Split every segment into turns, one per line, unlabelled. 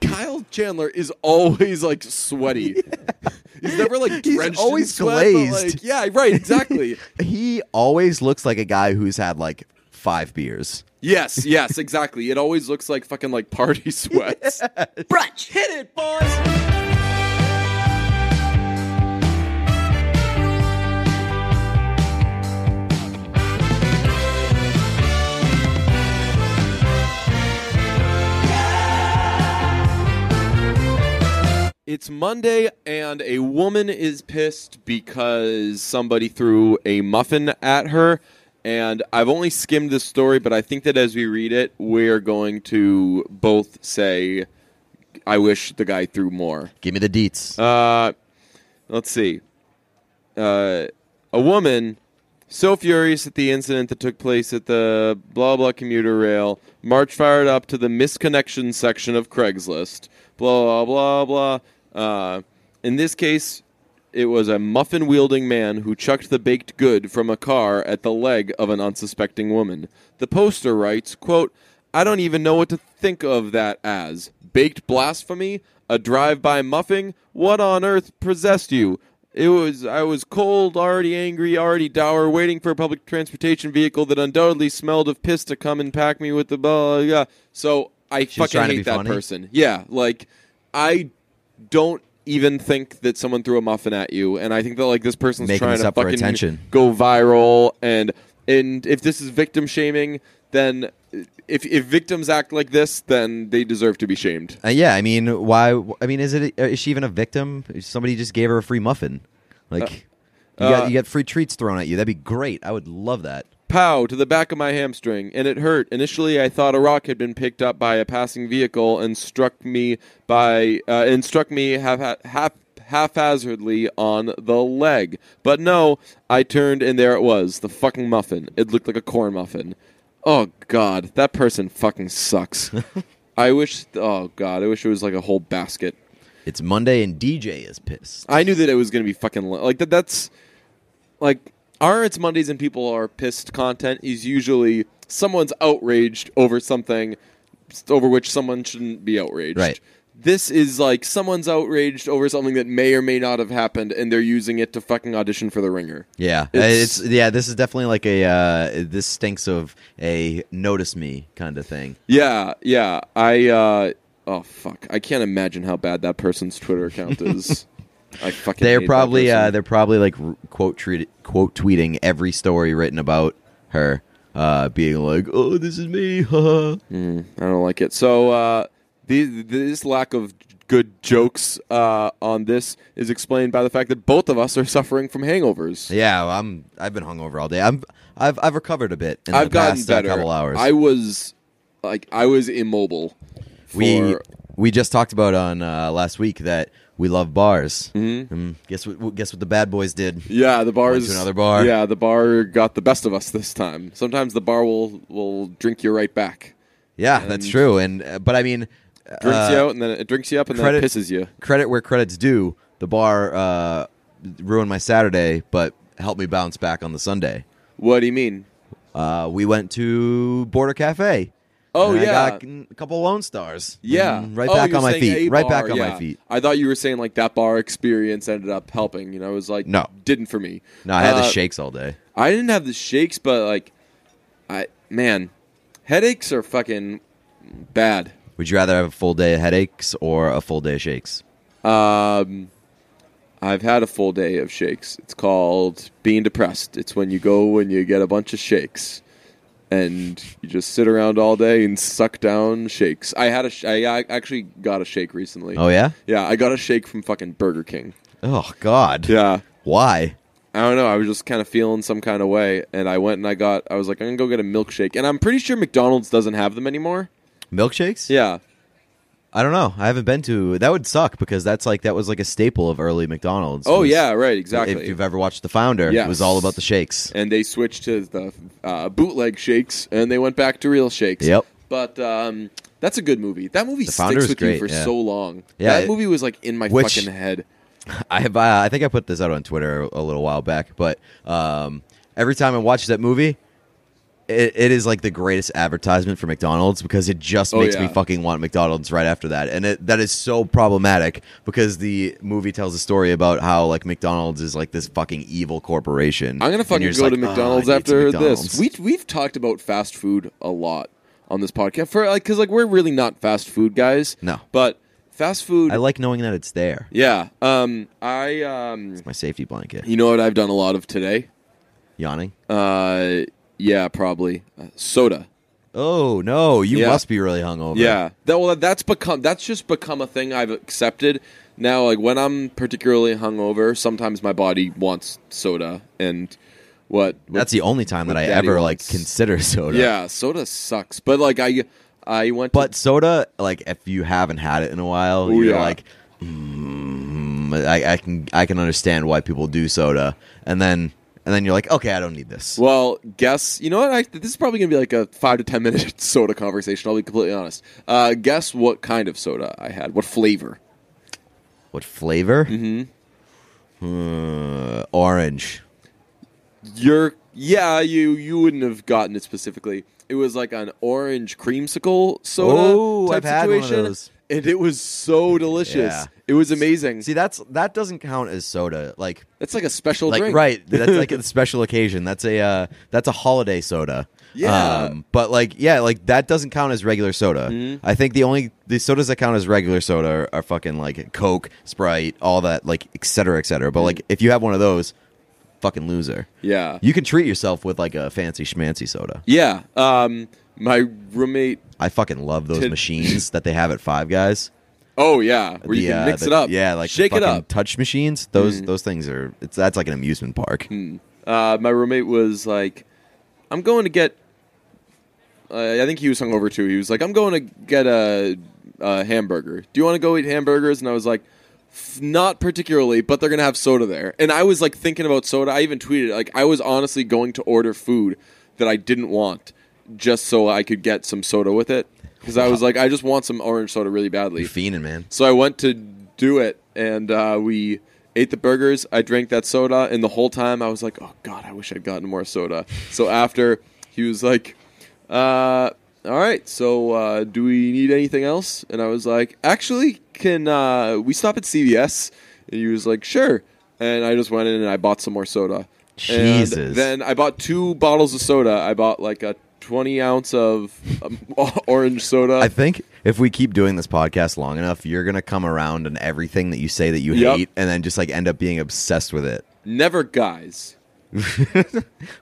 Kyle Chandler is always like sweaty. He's never like
He's
drenched. in
always
sweat, but,
glazed.
like, yeah, right. Exactly.
He always looks like a guy who's had like five beers.
yes. Yes. Exactly. It always looks like fucking like party sweats.
Brunch. Hit it, boys.
It's Monday, and a woman is pissed because somebody threw a muffin at her. And I've only skimmed this story, but I think that as we read it, we're going to both say, I wish the guy threw more.
Give me the deets.
Uh, let's see. Uh, a woman so furious at the incident that took place at the blah blah commuter rail marched fired up to the misconnection section of Craigslist. Blah blah blah. Uh, in this case, it was a muffin wielding man who chucked the baked good from a car at the leg of an unsuspecting woman. The poster writes, quote, I don't even know what to think of that as. Baked blasphemy? A drive by muffing? What on earth possessed you? It was I was cold, already angry, already dour, waiting for a public transportation vehicle that undoubtedly smelled of piss to come and pack me with the blah blah. blah. So I
was
fucking
trying to
hate
be
that
funny?
person. Yeah, like I don't even think that someone threw a muffin at you, and I think that like this person's
Making
trying
this
to
up for
fucking
attention.
go viral, and and if this is victim shaming, then if if victims act like this, then they deserve to be shamed.
Uh, yeah, I mean, why? I mean, is it? uh, Is she even a victim? Somebody just gave her a free muffin. Like, you,
uh,
got, you got free treats thrown at you. That'd be great. I would love that.
Pow to the back of my hamstring, and it hurt. Initially, I thought a rock had been picked up by a passing vehicle and struck me by uh, and struck me half half haphazardly on the leg. But no, I turned and there it was, the fucking muffin. It looked like a corn muffin. Oh god, that person fucking sucks. I wish. Oh god, I wish it was like a whole basket.
It's Monday and DJ is pissed.
I knew that it was going to be fucking li- like that. That's like our it's Mondays and people are pissed. Content is usually someone's outraged over something over which someone shouldn't be outraged.
Right.
This is like someone's outraged over something that may or may not have happened, and they're using it to fucking audition for the ringer.
Yeah, uh,
It's-
it's, yeah. This is definitely like a uh, this stinks of a notice me kind of thing.
Yeah, yeah. I uh oh fuck, I can't imagine how bad that person's Twitter account is. I fucking. hate
They're
that
probably
person.
uh, they're probably like r- quote treat, quote tweeting every story written about her, uh, being like, "Oh, this is me." haha."
I don't like it. So uh, the, this lack of good jokes uh, on this is explained by the fact that both of us are suffering from hangovers.
yeah, well, I'm. I've been hungover all day. I'm. I've. I've recovered a bit in
I've
the
gotten
past uh,
better.
couple hours.
I was like I was immobile. For,
we we just talked about on uh, last week that we love bars. Mm-hmm. guess what? Guess what the bad boys did.
yeah the bar is
to another bar.
Yeah, the bar got the best of us this time. Sometimes the bar will will drink you right back,
Yeah, that's
And-
true. And uh, but I mean,
drinks
uh,
you out, and then it drinks you up, and
credit-
then it pisses you.
credit where credit's due. The bar uh, ruined my Saturday, but helped me bounce back on the Sunday.
What do you mean?
Uh, we went to Border Cafe.
Oh,
And I
yeah.
got a couple Lone Stars.
Yeah,
And right
Oh,
back
you're
on my
saying
feet.
a
Right
bar,
back on
yeah.
my feet.
I thought you were saying like that bar experience ended up helping. You know, I was like,
No.
didn't for me.
No, I had the
Uh,
shakes all day.
I didn't have the shakes, but like, I man, headaches are fucking bad.
Would you rather have a full day of headaches or a full day of shakes?
Um, I've had a full day of shakes. It's called being depressed. It's when you go and you get a bunch of shakes, and you just sit around all day and suck down shakes. I had a, sh- I I actually got a shake recently.
Oh yeah.
Yeah, I got a shake from fucking Burger King.
Oh God.
Yeah.
Why?
I don't know. I was just kind of feeling some kind of way, and I went and I got. I was like, I'm gonna go get a milkshake, and I'm pretty sure McDonald's doesn't have them anymore.
Milkshakes?
Yeah,
I don't know. I haven't been to. That would suck because that's like that was like a staple of early McDonald's.
Oh
was-
yeah, right, exactly.
If you've ever watched The Founder, it
Yes.
was all about the shakes.
and they switched to the uh, bootleg shakes, and they went back to real shakes.
Yep.
But um, that's a good movie. That movie
Founder
sticks
is
with you
great,
for
yeah.
so long.
Yeah,
that
it-
movie was like in my
Which-
fucking head.
I have. Uh, I think I put this out on Twitter a little while back, but um, every time I watch that movie, it, it is like the greatest advertisement for McDonald's because it just
Oh,
makes me
yeah.
fucking want McDonald's right after that. And it, that is so problematic because the movie tells a story about how like McDonald's is like this fucking evil corporation.
I'm gonna
And you're
fucking
just
go to
like, "Ah,
McDonald's
I need some
after
McDonald's."
this. We we've talked about fast food a lot on this podcast for like because like we're really not fast food guys.
No.
but fast food.
I like knowing that it's there.
yeah. Um. I um.
My safety blanket.
You know what I've done a lot of today?
Yawning.
Uh. Yeah. Probably uh, soda.
Oh no, you
Yeah.
must be really hungover.
Yeah. That well that's become that's just become a thing I've accepted. Now like when I'm particularly hungover, sometimes my body wants soda and what, what-
That's the only time that
What
I
daddy
ever like
wants.
consider soda.
Yeah, soda sucks. But like I I went to-
But soda, like if you haven't had it in a while,
Ooh,
you're
yeah.
like, mm, I, I can I can understand why people do soda, and then and then you're like, okay, I don't need this.
well, guess you know what? I, this is probably gonna be like a five to ten minute soda conversation. I'll be completely honest. Uh, guess what kind of soda I had? What flavor?
What flavor? Mm-hmm. orange.
You're yeah. You you wouldn't have gotten it specifically. It was like an orange creamsicle soda
Oh,
type
I've had one of
situation,
those.
and it was so delicious.
Yeah.
It was amazing.
See, that's that doesn't count as soda. Like,
That's like a special
like
drink,
right. That's like a special occasion. That's a uh, that's a holiday soda. Um,
Yeah. Mm-hmm.
but like, yeah, like that doesn't count as regular soda. I think the only the sodas that count as regular soda are, are fucking like Coke, Sprite, all that, like et cetera, et cetera. But
Mm.
like, if you have one of those, fucking loser.
Yeah,
You can treat yourself with like a fancy schmancy soda.
yeah. Um, my roommate.
I fucking love those
Tid-
machines that they have at Five Guys.
Oh yeah, where you
The,
can
uh,
mix
the-
it up.
Yeah, like the
shake it
fucking
up. Mm.
Touch machines. Those those things are. It's that's like an amusement park.
uh, my roommate was like, "I'm going to get." Uh, I think he was hungover too. He was like, "I'm going to get a, a hamburger. Do you want to go eat hamburgers?" And I was like, "F- "Not particularly, but they're gonna have soda there." And I was like thinking about soda. I even tweeted like I was honestly going to order food that I didn't want just so I could get some soda with it because I was like, I just want some orange soda really badly.
You're fiending, man.
So I went to do it, and uh, we ate the burgers. I drank that soda, and the whole time I was like, "Oh God, I wish I'd gotten more soda." So after he was like, uh, "All right, so uh, do we need anything else?" And I was like, "Actually, can uh, we stop at CVS?" And he was like, "Sure." And I just went in and I bought some more soda. And
Jesus.
then I bought two bottles of soda. I bought like a twenty ounce of um, orange soda.
I think if we keep doing this podcast long enough, you're gonna come around on everything that you say that you
Yep.
hate, and then just like end up being obsessed with it.
Never guys.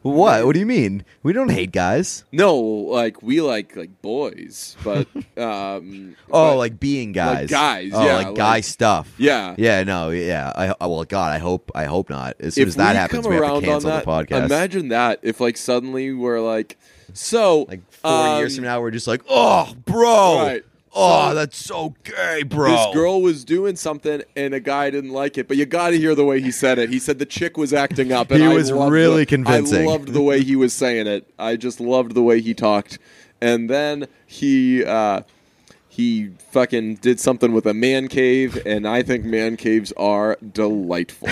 What? What do you mean? We don't hate guys.
No, like we like like boys, but um
Oh,
but-
like being guys.
guys,
Oh,
yeah,
like guy
like-
stuff.
Yeah.
Yeah. No. Yeah. I. oh, Well, God, I hope. I hope not. As soon
if
as that
we
happens,
come
we have
around
to cancel
on that,
the podcast.
Imagine that if like suddenly we're like so
Like four years
um,
from now, we're just like, oh, bro,
Right.
oh,
So-
that's so gay, bro.
This girl was doing something and a guy didn't like it, but you got to hear the way he said it. He said the chick was acting up. And
He
I
was
loved
really
the-
convincing.
I loved the way he was saying it. I just loved the way he talked. And then he uh, he fucking did something with a man cave, and I think man caves are delightful.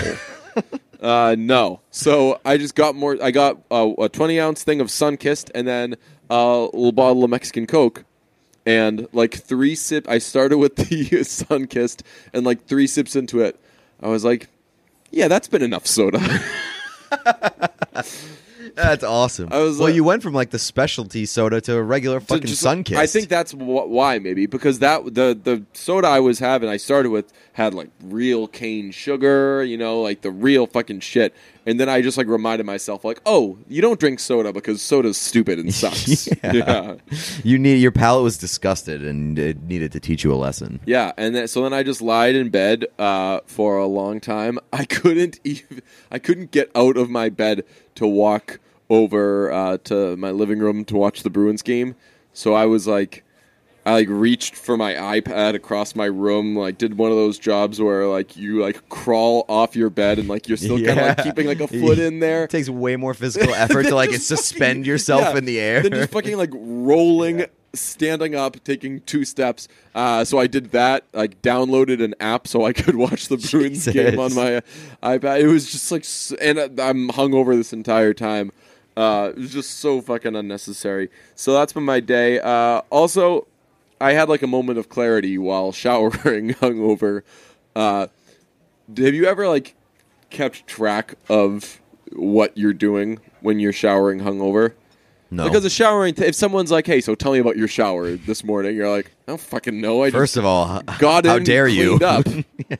uh, no, so I just got more. I got uh, a twenty ounce thing of Sun Kissed, and then a little bottle of Mexican Coke and like three sip i started with the sun kissed and like three sips into it i was like yeah that's been enough soda
That's awesome.
I was
well,
like-
you went from like the specialty soda to a regular fucking
Just-
sun kiss.
i think that's wh- why maybe because that the the soda i was having i started with had like real cane sugar you know like the real fucking shit and then i just like reminded myself like oh you don't drink soda because soda's stupid and sucks
Yeah.
yeah
you need your palate was disgusted and it needed to teach you a lesson.
Yeah, and then, so then I just lied in bed uh, for a long time. I couldn't even I couldn't get out of my bed to walk over uh, to my living room to watch the Bruins game. So I was like, I like reached for my iPad across my room, like did one of those jobs where like you like crawl off your bed and like you're still kind of like
Yeah.
keeping like a foot in there.
It takes way more physical effort to like
Just fucking-
suspend yourself
yeah,
in the air.
Then just fucking like rolling, standing up, taking two steps. Uh, so I did that. Like downloaded an app so I could watch the Bruins
Jesus.
uh, game on my iPad. It was just like, s- and uh, I'm hungover this entire time. Uh, it was just so fucking unnecessary. So that's been my day. Uh, also, I had like a moment of clarity while showering hungover. Uh, have you ever like kept track of what you're doing when you're showering hungover?
No.
Because a showering, t- if someone's like, "Hey, so tell me about your shower this morning," you're like, "I don't fucking know." I just
First of all,
got
how
in,
dare you?
cleaned up.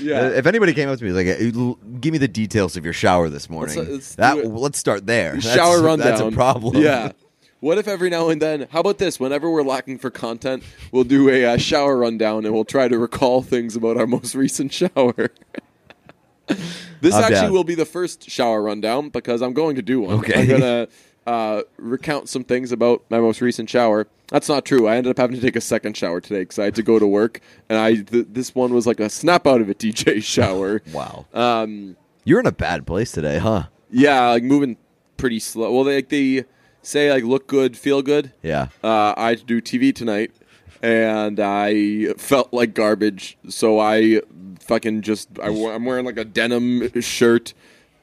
Yeah.
Uh, If anybody came up to me like, uh, l- give me the details of your shower this morning,
Let's, uh, let's
that
do it.
let's start there. That's-
shower rundown.
That's a problem.
Yeah. What if every now and then? How about this? Whenever we're lacking for content, we'll do a uh, shower rundown and we'll try to recall things about our most recent shower. this
I'm
actually
down.
will be the first shower rundown because I'm going to do one.
Okay.
I'm gonna uh, recount some things about my most recent shower. That's not true. I ended up having to take a second shower today because I had to go to work, and I th- this one was like a snap out of a DJ shower.
Wow.
Um,
You're in a bad place today, huh?
yeah, like moving pretty slow. Well, they, like they say, like look good, feel good.
Yeah.
Uh, I had to do TV tonight, and I felt like garbage. So I fucking just I, am wearing like a denim shirt,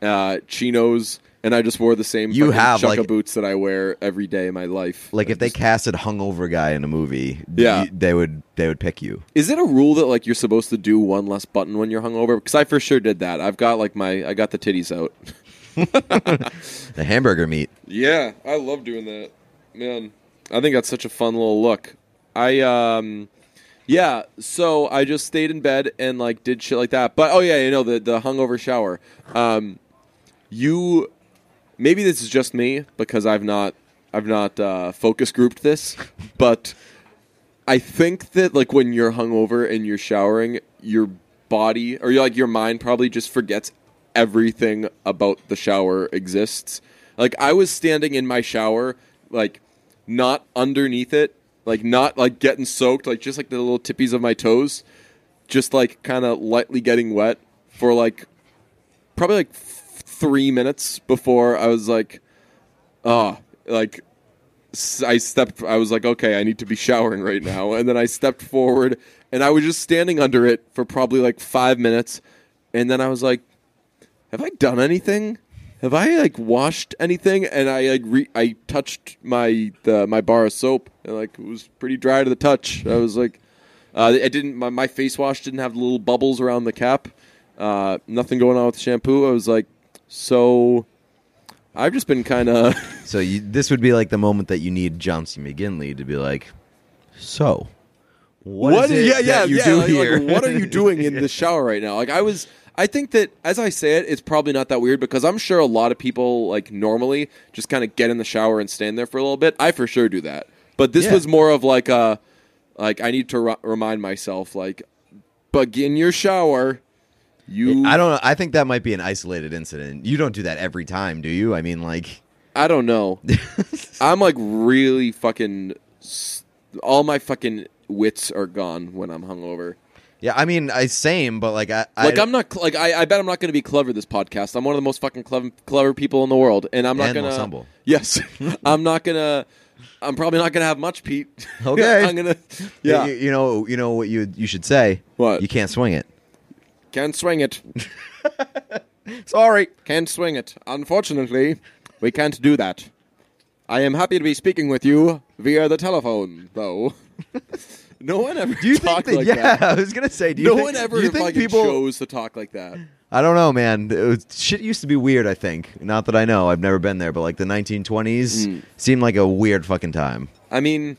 uh, chinos, and I just wore the same.
You
fucking
have,
chukka
like-
boots that I wear every day in my life.
Like
I
if they
just-
casted hungover guy in a movie,
Yeah.
y- they would they would pick you.
is it a rule that like you're supposed to do one less button when you're hungover? Because I for sure did that. I've got like my I got the titties out.
The hamburger meat.
Yeah, I love doing that. Man, I think that's such a fun little look. I um yeah, so I just stayed in bed and like did shit like that. But oh yeah, you know the the hungover shower. Um you maybe this is just me because I've not I've not uh focus grouped this, but I think that like when you're hungover and you're showering, your body or like your mind probably just forgets everything about the shower exists. Like I was standing in my shower, like not underneath it, like not like getting soaked, like just like the little tippies of my toes, just like kind of lightly getting wet for like probably like f- three minutes before I was like, ah, like s- I stepped. I was like, okay, I need to be showering right now. And then I stepped forward, and I was just standing under it for probably like five minutes. And then I was like, have I done anything? Have I like washed anything? And I like re- I touched my the, my bar of soap, and like it was pretty dry to the touch. I was like, uh, I didn't. My, my face wash didn't have little bubbles around the cap. Uh, nothing going on with the shampoo. I was like, so I've just been kind of.
So you, this would be like the moment that you need John C. McGinley to be like, so what is it
yeah, yeah,
that you
yeah,
do
like- like,
here?
what are you doing in the shower right now? Like I was I think that as I say it, it's probably not that weird because I'm sure a lot of people like normally just kind of get in the shower and stand there for a little bit. I for sure do that. But this
Yeah.
was more of like a like I need to r- remind myself like begin your shower. You
I don't know. I think that might be an isolated incident. You don't do that every time, do you? I mean, like,
I don't know. I'm like really fucking s- all my fucking wits are gone when I'm hungover.
yeah. I mean, I same, but like, I,
Like
I,
I, am not cl- like I, I bet I'm not going to be clever this podcast. I'm one of the most fucking clever clever people in the world, and I'm not
And
going
most
to.
humble.
Yes, I'm not going to. I'm probably not going to have much, Pete.
Okay.
I'm gonna. Yeah,
Yeah. You, you know, you know what you you should say.
What?
you can't swing it.
can't swing it.
Sorry.
Can't swing it. Unfortunately, we can't do that. I am happy to be speaking with you via the telephone, though. no one ever
Do you
talked
think that,
like
yeah,
that.
I was gonna say. Do you
No
think,
one ever
do you think
fucking
people?
chose to talk like that.
I don't know, man. It was- shit used to be weird. I think. Not that I know. I've never been there, but like the 1920s
Hmm.
seemed like a weird fucking time.
I mean,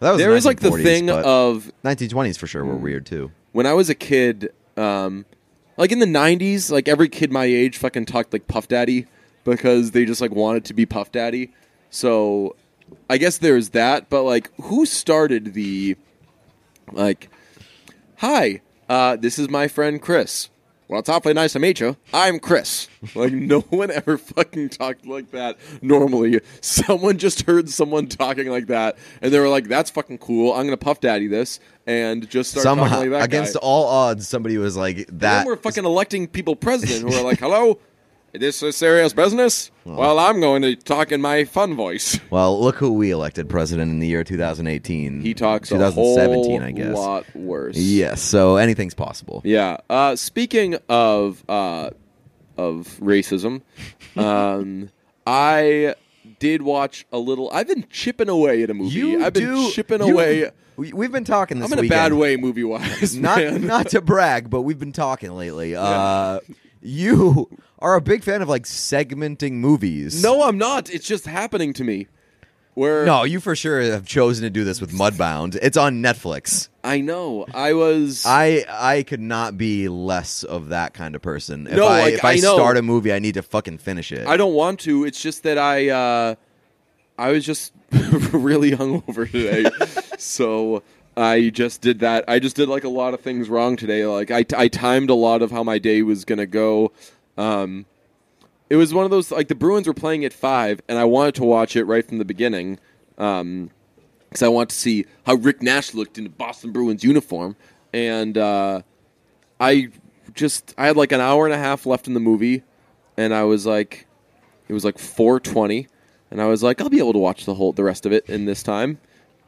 That was
there is like the
1940s,
thing
but
of Hmm.
1920s for sure were weird too.
when I was a kid, um, like in the '90s, like every kid my age fucking talked like Puff Daddy because they just like wanted to be Puff Daddy. So I guess there's that. But like, who started the like? Hi, uh, this is my friend Chris. Well, it's awfully nice to meet you. I'm Chris. Like, no one ever fucking talked like that normally. Someone just heard someone talking like that, and they were like, that's fucking cool. I'm going to puff daddy this, and just start
Somehow,
talking like that.
against
guy.
all odds, somebody was like
And
that.
then we're fucking electing people president who are like, hello, this is serious business? Well, I'm going to talk in my fun voice.
Well, look who we elected president in the year 2018.
He talks a
2017,
whole
I guess.
lot worse.
Yes, so anything's possible.
Yeah. Uh, speaking of uh, of racism, um, I did watch a little. I've been chipping away at a movie.
You
I've been
do-
chipping
you-
away.
We, we've been talking this
I'm in a
weekend.
bad way, movie wise.
Not not to brag, but we've been talking lately. Uh, you are a big fan of like segmenting movies.
No, I'm not. It's just happening to me. Where
no, you for sure have chosen to do this with Mudbound. It's on Netflix.
I know I was.
I I could not be less of that kind of person. If
No,
I
like,
if I,
I know.
start a movie, I need to fucking finish it.
I don't want to. It's just that I uh, I was just really hungover today, so I just did that. I just did like a lot of things wrong today. Like I, I timed a lot of how my day was gonna go. Um, it was one of those like the Bruins were playing at five, and I wanted to watch it right from the beginning. Um, because I want to see how Rick Nash looked in the Boston Bruins uniform. And uh, I just I had like an hour and a half left in the movie, and I was like, it was like four twenty, and I was like, I'll be able to watch the whole the rest of it in this time.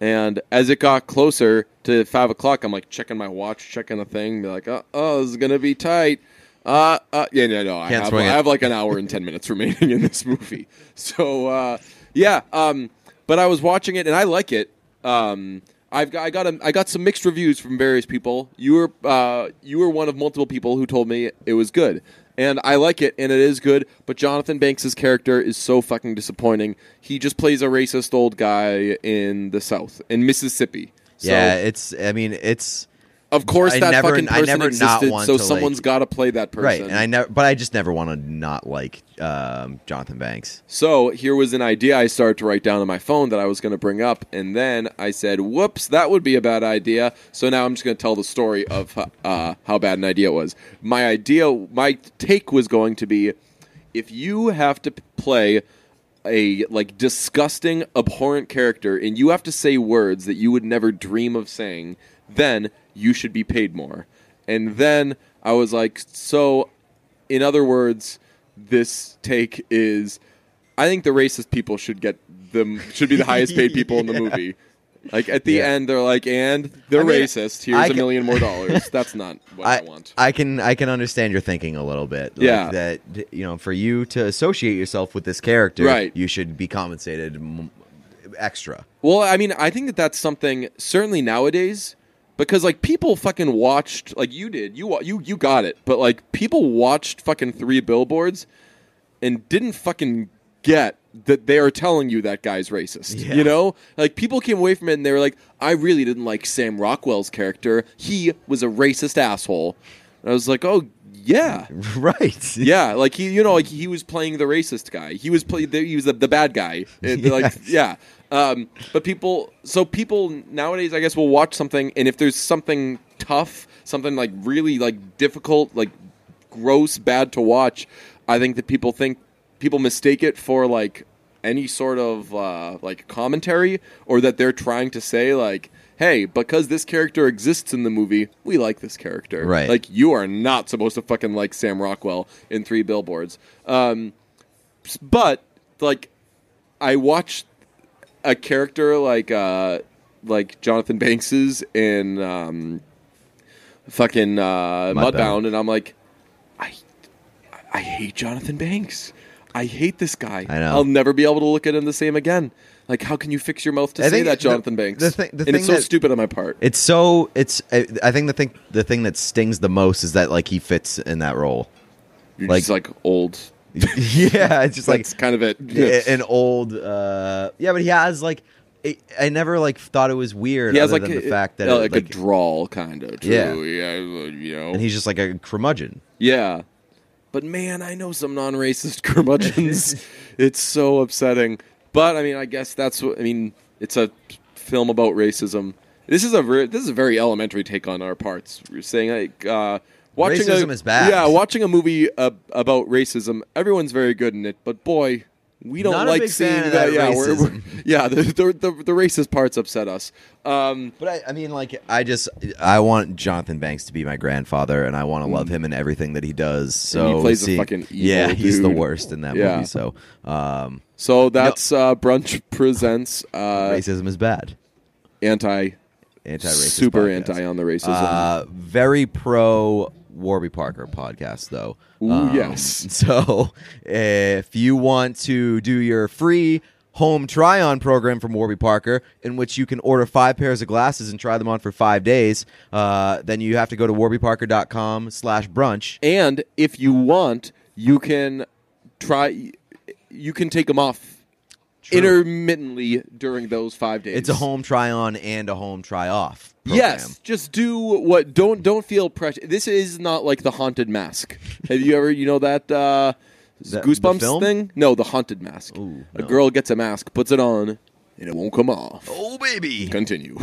And as it got closer to five o'clock, I'm like checking my watch, checking the thing, be like, oh, oh, this is gonna be tight. Uh, uh, yeah, no, no, I have,
Can't
I
swing it.
have like an hour and ten minutes remaining in this movie. So uh, yeah, um, but I was watching it and I like it. Um, I've got, I got a, I got some mixed reviews from various people. You were uh, you were one of multiple people who told me it was good, and I like it, and it is good. But Jonathan Banks' character is so fucking disappointing. He just plays a racist old guy in the South in Mississippi. So,
yeah, it's. I mean, it's
of course
I
that
never-
fucking
I
person
never not
existed.
want
So
to,
someone's
like-
got to play that person.
right, and I never. But I just never want to not like um, Jonathan Banks.
So here was an idea I started to write down on my phone that I was going to bring up, and then I said, "Whoops, that would be a bad idea." So now I'm just going to tell the story of uh, how bad an idea it was. My idea, my take was going to be, if you have to p- play a like disgusting, abhorrent character, and you have to say words that you would never dream of saying, then you should be paid more. And then I was like, so in other words, this take is I think the racist people should get them should be the highest paid people in the movie. Like at the
Yeah.
end, they're like, and they're
I mean,
racist. Here's
I
a
can-
million more dollars. That's not what I, want.
I can I can understand your thinking a little bit. Like,
Yeah.
that you know, for you to associate yourself with this character,
Right.
You should be compensated m- extra.
Well, I mean, I think that that's something certainly nowadays because like people fucking watched like you did. You wa- you you got it. But like people watched fucking 3 billboards and didn't fucking get that they are telling you that guy's racist.
Yeah.
You know? Like people came away from it and they were like, "I really didn't like Sam Rockwell's character. He was a racist asshole." And I was like, "Oh, yeah."
right.
Yeah, like he, you know, like he was playing the racist guy. He was play, the, he was the, the bad guy. It- Like, yeah. Um, but people, so people nowadays, I guess, will watch something, and if there's something tough, something like really like difficult, like gross, bad to watch, I think that people think people mistake it for like any sort of uh, like commentary, or that they're trying to say like. Hey, because this character exists in the movie, we like this character.
Right.
Like you are not supposed to fucking like Sam Rockwell in Three Billboards. Um, s- but like, I watched a character like uh, like Jonathan Banks's in um, fucking uh,
Mudbound.
Mudbound. and I'm like, I I hate Jonathan Banks. I hate this guy.
I know.
I'll never be able to look at him the same again. Like, how can you fix your mouth to
I
say
think
that,
the-
Jonathan Banks?
the thi-
and
the thing
it's so
that-
stupid on my part.
It's so it's I, I think the thing the thing that stings the most is that like he fits in that role.
You're
like-
just like old.
yeah, it's just like
That's kind of it.
a- an old uh yeah, but he has like it, I never like thought it was weird
he has
other
like
than
a,
the fact that
yeah,
it,
like,
like-
a drawl kind of too.
Yeah.
Yeah, you know.
and he's just like a curmudgeon.
yeah, but man, I know some non-racist curmudgeons. it's so upsetting. But I mean, I guess that's what I mean. It's a film about racism. This is a ver- this is a very elementary take on our parts. We're saying like uh, watching a-
Racism is bad.
Yeah, watching a movie uh, about racism. Everyone's very good in it, but boy. We don't
Not a
like
big
seeing
fan of that
yeah, we're, we're,
racism.
yeah. The, the, the, the racist parts upset us. Um,
But I, I mean, like, I just I want Jonathan Banks to be my grandfather, and I want to love him in everything that he does. So
Mm. he plays a
seeing-
fucking evil
yeah, he's the
dude.
worst in that
Yeah.
movie. So um,
So that's uh, brunch presents uh,
racism is bad.
anti,
Anti-racist,
super
podcast.
anti on the racism.
Uh, very Uh, pro Warby Parker podcast, though. Um,
Ooh, yes.
So if you want to do your free home try on program from Warby Parker, in which you can order five pairs of glasses and try them on for five days, uh, then you have to go to warbyparker.com slash brunch.
And if you want, you can try. You can take them off
True.
intermittently during those five days.
It's a home try on and a home try off.
Yes, just do what. Don't don't feel pressure. This is not like the haunted mask. Have you ever you know that uh,
That- the
Goosebumps
film?
thing? No, the haunted mask.
Ooh,
A
no.
girl gets a mask, puts it on, and it won't come off.
Oh, baby.
Continue.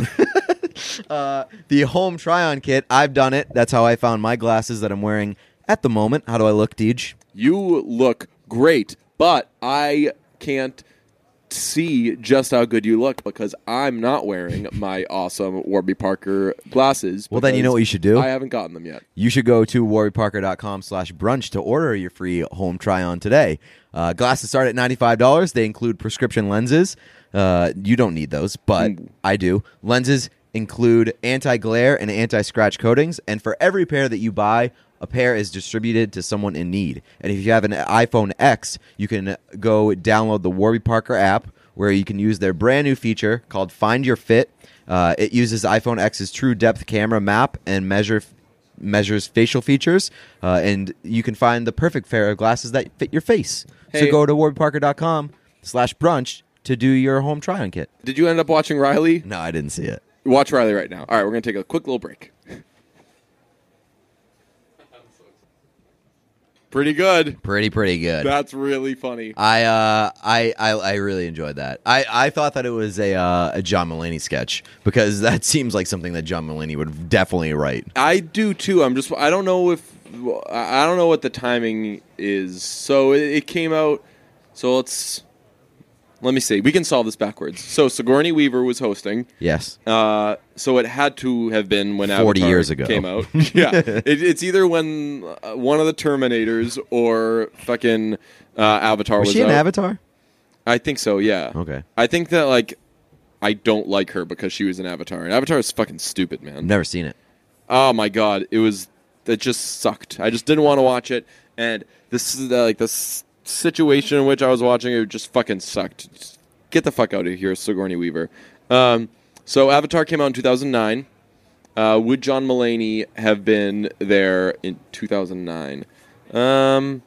Uh, the home try on kit, I've done it. That's how I found my glasses that I'm wearing at the moment. How do I look, Deej?
you look great, but I can't see just how good you look because I'm not wearing my awesome Warby Parker glasses.
Well, then you
because
know what you should do?
I haven't gotten them yet.
You should go to warbyparker.com slash brunch to order your free home try on today. Uh, glasses start at $95. They include prescription lenses. Uh, you don't need those, but I do. Lenses include anti glare and anti scratch coatings. And for every pair that you buy, a pair is distributed to someone in need. And if you have an iPhone X, you can go download the Warby Parker app where you can use their brand new feature called Find Your Fit. Uh, it uses iPhone X's true depth camera map and measure measures facial features, uh, and you can find the perfect pair of glasses that fit your face.
Hey.
So go to wardparker.com slash brunch to do your home try-on kit.
Did you end up watching Riley?
No, I didn't see it.
Watch Riley right now. All right, we're going to take a quick little break. Pretty good.
Pretty, pretty good.
That's really funny.
I, uh, I, I, I really enjoyed that. I, I thought that it was a, uh, a John Mulaney sketch because that seems like something that John Mulaney would definitely write.
I do too. I'm just I don't know if I I don't know what the timing is. So it, it came out. So let's let me see. We can solve this backwards. So Sigourney Weaver was hosting.
Yes.
Uh, so it had to have been when
40
Avatar
years ago.
came out. yeah, it, it's either when uh, one of the Terminators or fucking uh, Avatar was,
Was she an
out.
avatar?
I think so. Yeah.
Okay.
I think that like I don't like her because she was an Avatar, and Avatar is fucking stupid, man.
I've never seen it.
Oh my god, it was it just sucked. I just didn't want to watch it, and this is the, like this situation in which I was watching it just fucking sucked. Just get the fuck out of here, Sigourney Weaver. Um, so Avatar came out in 2009. Uh, would John Mulaney have been there in 2009? Um,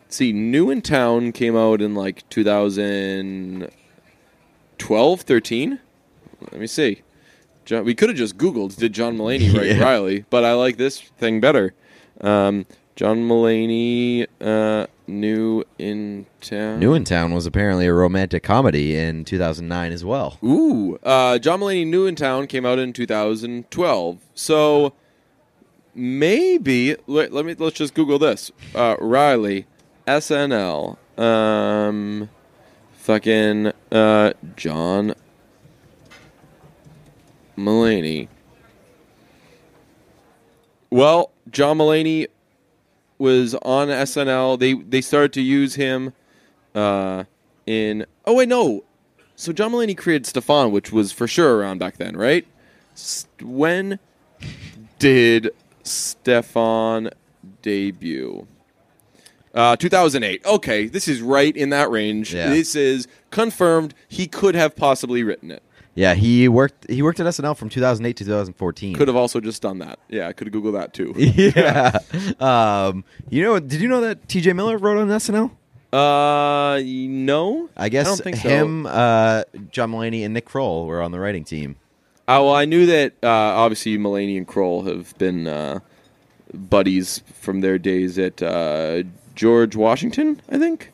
let's see, New in Town came out in like 2012, 13. Let me see. John, we could have just Googled did John Mulaney write
Yeah.
Riley, but I like this thing better. Um, John Mulaney, uh, New in Town.
New in Town was apparently a romantic comedy in 2009 as well.
Ooh, uh, John Mulaney New in Town came out in 2012. So maybe let, let me let's just Google this. Uh, Riley, SNL, um, fucking uh, John Mulaney. Well, John Mulaney was on SNL. They they started to use him uh, in. Oh wait, no. So John Mulaney created Stefan, which was for sure around back then, right? S- when did Stefan debut? Uh, 2008. Okay, this is right in that range.
Yeah.
This is confirmed. He could have possibly written it.
Yeah, he worked. He worked at SNL from 2008 to 2014.
Could have also just done that. Yeah, I could Google that too.
yeah. Um, you know, did you know that T.J. Miller wrote on SNL?
Uh, no.
I guess
don't think so.
him, uh, John Mulaney, and Nick Kroll were on the writing team.
Oh, well, I knew that. Uh, obviously, Mulaney and Kroll have been uh, buddies from their days at uh, George Washington. I think.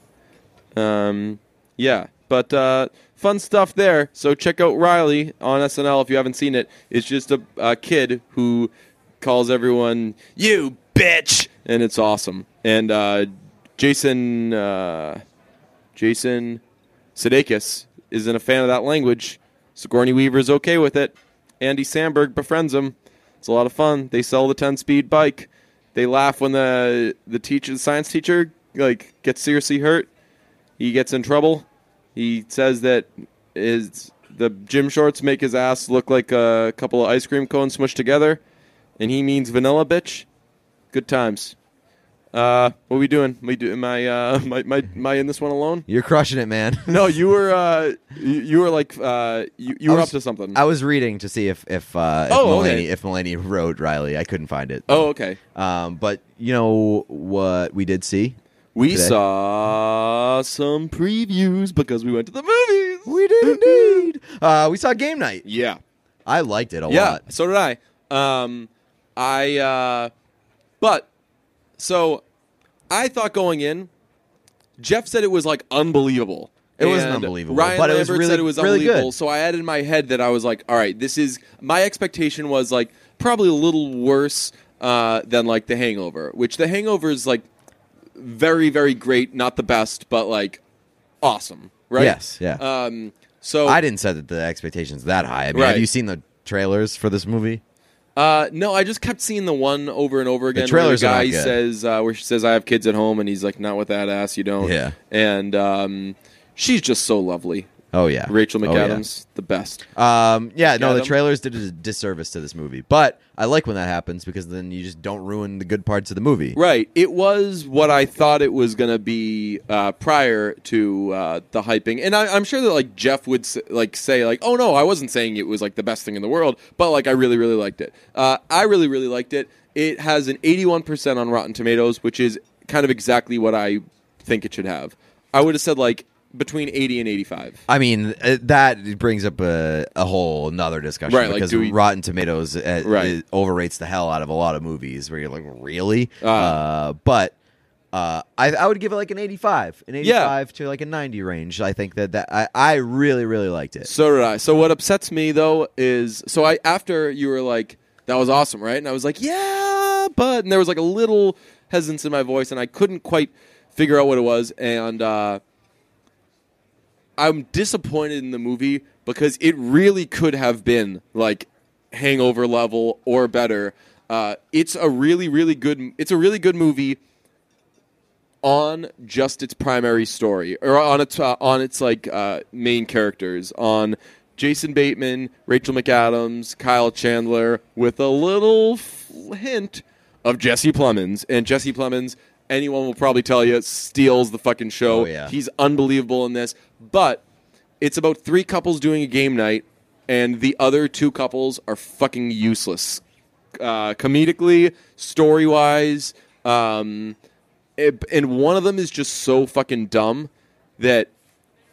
Um, yeah, but uh, fun stuff there. So check out Riley on SNL if you haven't seen it. It's just a, a kid who calls everyone "you bitch," and it's awesome. And uh, Jason uh, Jason Sudeikis isn't a fan of that language. Sigourney Weaver's okay with it. Andy Sandberg befriends him. It's a lot of fun. They sell the ten-speed bike. They laugh when the the teacher, science teacher, like gets seriously hurt he gets in trouble. He says that his the gym shorts make his ass look like a couple of ice cream cones smushed together, and he means vanilla bitch. Good times. Uh, what are we doing? We do, am I uh, my my my in this one alone?
You're crushing it, man.
No, you were uh, you, you were like uh, you, you
I
were
was-
up to something.
I was reading to see if if uh, if,
Oh,
Mulaney,
okay.
if Mulaney wrote Riley. I couldn't find it.
oh, okay.
Um, but you know what we did see?
We
Today.
saw some previews because we went to the movies.
We did indeed. uh, we saw Game Night.
Yeah.
I liked it a
yeah,
lot.
so did I. Um, I, uh, but so I thought going in, Jeff said it was like unbelievable.
It wasn't
And
unbelievable,
Ryan
but it was
Lambert
really-
said it was
really good.
unbelievable. So I had in my head that I was like, all right, this is my expectation was like probably a little worse uh, than like The Hangover, which The Hangover is like very, very great, not the best, but like awesome, right?
Yes, yeah.
Um, so
I didn't set the expectations that high. I mean, have
Right.
you seen the trailers for this movie?
Uh, no, I just kept seeing the one over and over again.
trailers are
where
not
the guy
good.
says uh, where she says, "I have kids at home," and he's like, "Not with that ass, you don't."
Yeah.
and um, she's just so lovely,
Oh yeah,
Rachel
Oh, yeah.
McAdams, the best.
Um, yeah, no, the
Adam.
trailers did a disservice to this movie, but I like when that happens because then you just don't ruin the good parts of the movie.
Right, it was what I thought it was going to be uh, prior to uh, the hyping, and I, I'm sure that like Jeff would s- like say like, "Oh no, I wasn't saying it was like the best thing in the world," but like I really really liked it. Uh, I really really liked it. It has an 81% on Rotten Tomatoes, which is kind of exactly what I think it should have. I would have said like between 80 and 85.
I mean, uh, that brings up a, a whole another discussion
Right, like,
because
do we-
Rotten Tomatoes uh,
Right.
it overrates the hell out of a lot of movies where you're like, really? Uh,
Ah.
but uh, I, I would give it like an 85, an 85 to like a 90 range. I think that, that I, I really, really liked it.
So did I. So what upsets me though is so I after you were like that was awesome, right? And I was like, yeah, but and there was like a little hesitance in my voice, and I couldn't quite figure out what it was, and uh, I'm disappointed in the movie because it really could have been like Hangover level or better. Uh, it's a really, really good. It's a really good movie on just its primary story or on its uh, on its like uh, main characters on Jason Bateman, Rachel McAdams, Kyle Chandler with a little f- hint of Jesse Plemons and Jesse Plemons anyone will probably tell you steals the fucking show.
Oh, yeah.
He's unbelievable in this, but it's about three couples doing a game night and the other two couples are fucking useless. Uh, comedically, story-wise, um, it, and one of them is just so fucking dumb that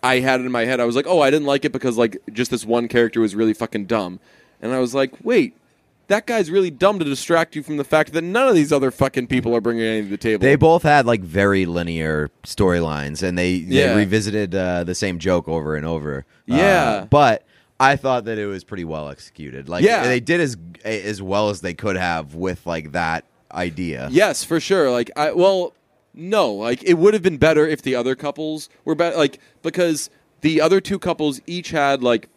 I had it in my head. I was like, oh, I didn't like it because like just this one character was really fucking dumb, and I was like, wait, that guy's really dumb to distract you from the fact that none of these other fucking people are bringing anything to the table.
They both had like very linear storylines, and they, they
Yeah.
revisited uh, the same joke over and over. Uh,
Yeah.
but I thought that it was pretty well executed. Like,
Yeah.
they did as as well as they could have with like that idea.
Yes, for sure. Like I well, no, like it would have been better if the other couples were better like because the other two couples each had like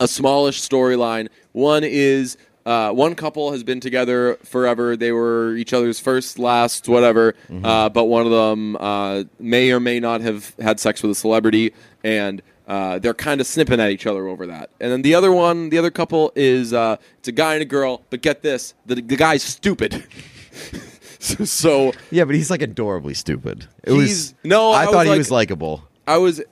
a smallish storyline. One is uh, one couple has been together forever. They were each other's first, last, whatever. Uh, but one of them uh, may or may not have had sex with a celebrity, and uh, they're kind of snipping at each other over that. And then the other one, the other couple is uh, it's a guy and a girl. But get this, the, the guy's stupid. so, so
Yeah, but he's like adorably stupid. It
He's-
was
no, I
I,
was
thought he
like-
was likable.
I was.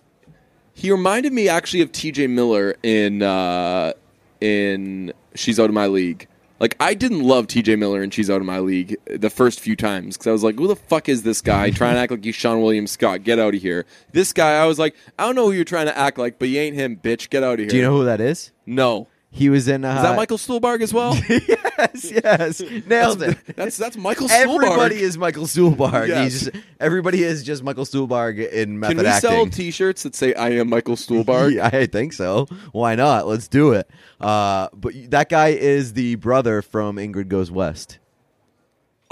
He reminded me actually of T.J. Miller in uh, in She's Out of My League. Like I didn't love T.J. Miller in She's Out of My League the first few times because I was like, "Who the fuck is this guy trying to act like you, Sean William Scott? Get out of here!" This guy, I was like, "I don't know who you're trying to act like, but you ain't him, bitch. Get out of here."
Do you know who that is?
No,
He was in. Uh,
is that Michael Stuhlbarg as well?
yes, yes, nailed it.
that's that's Michael Stuhlbarg.
Everybody is Michael Stuhlbarg.
Yes.
He's just, everybody is just Michael Stuhlbarg in method
Can we
acting.
sell T-shirts that say "I am Michael Stuhlbarg"?
Yeah, I think so. Why not? Let's do it. Uh, but y- that guy is the brother from Ingrid Goes West.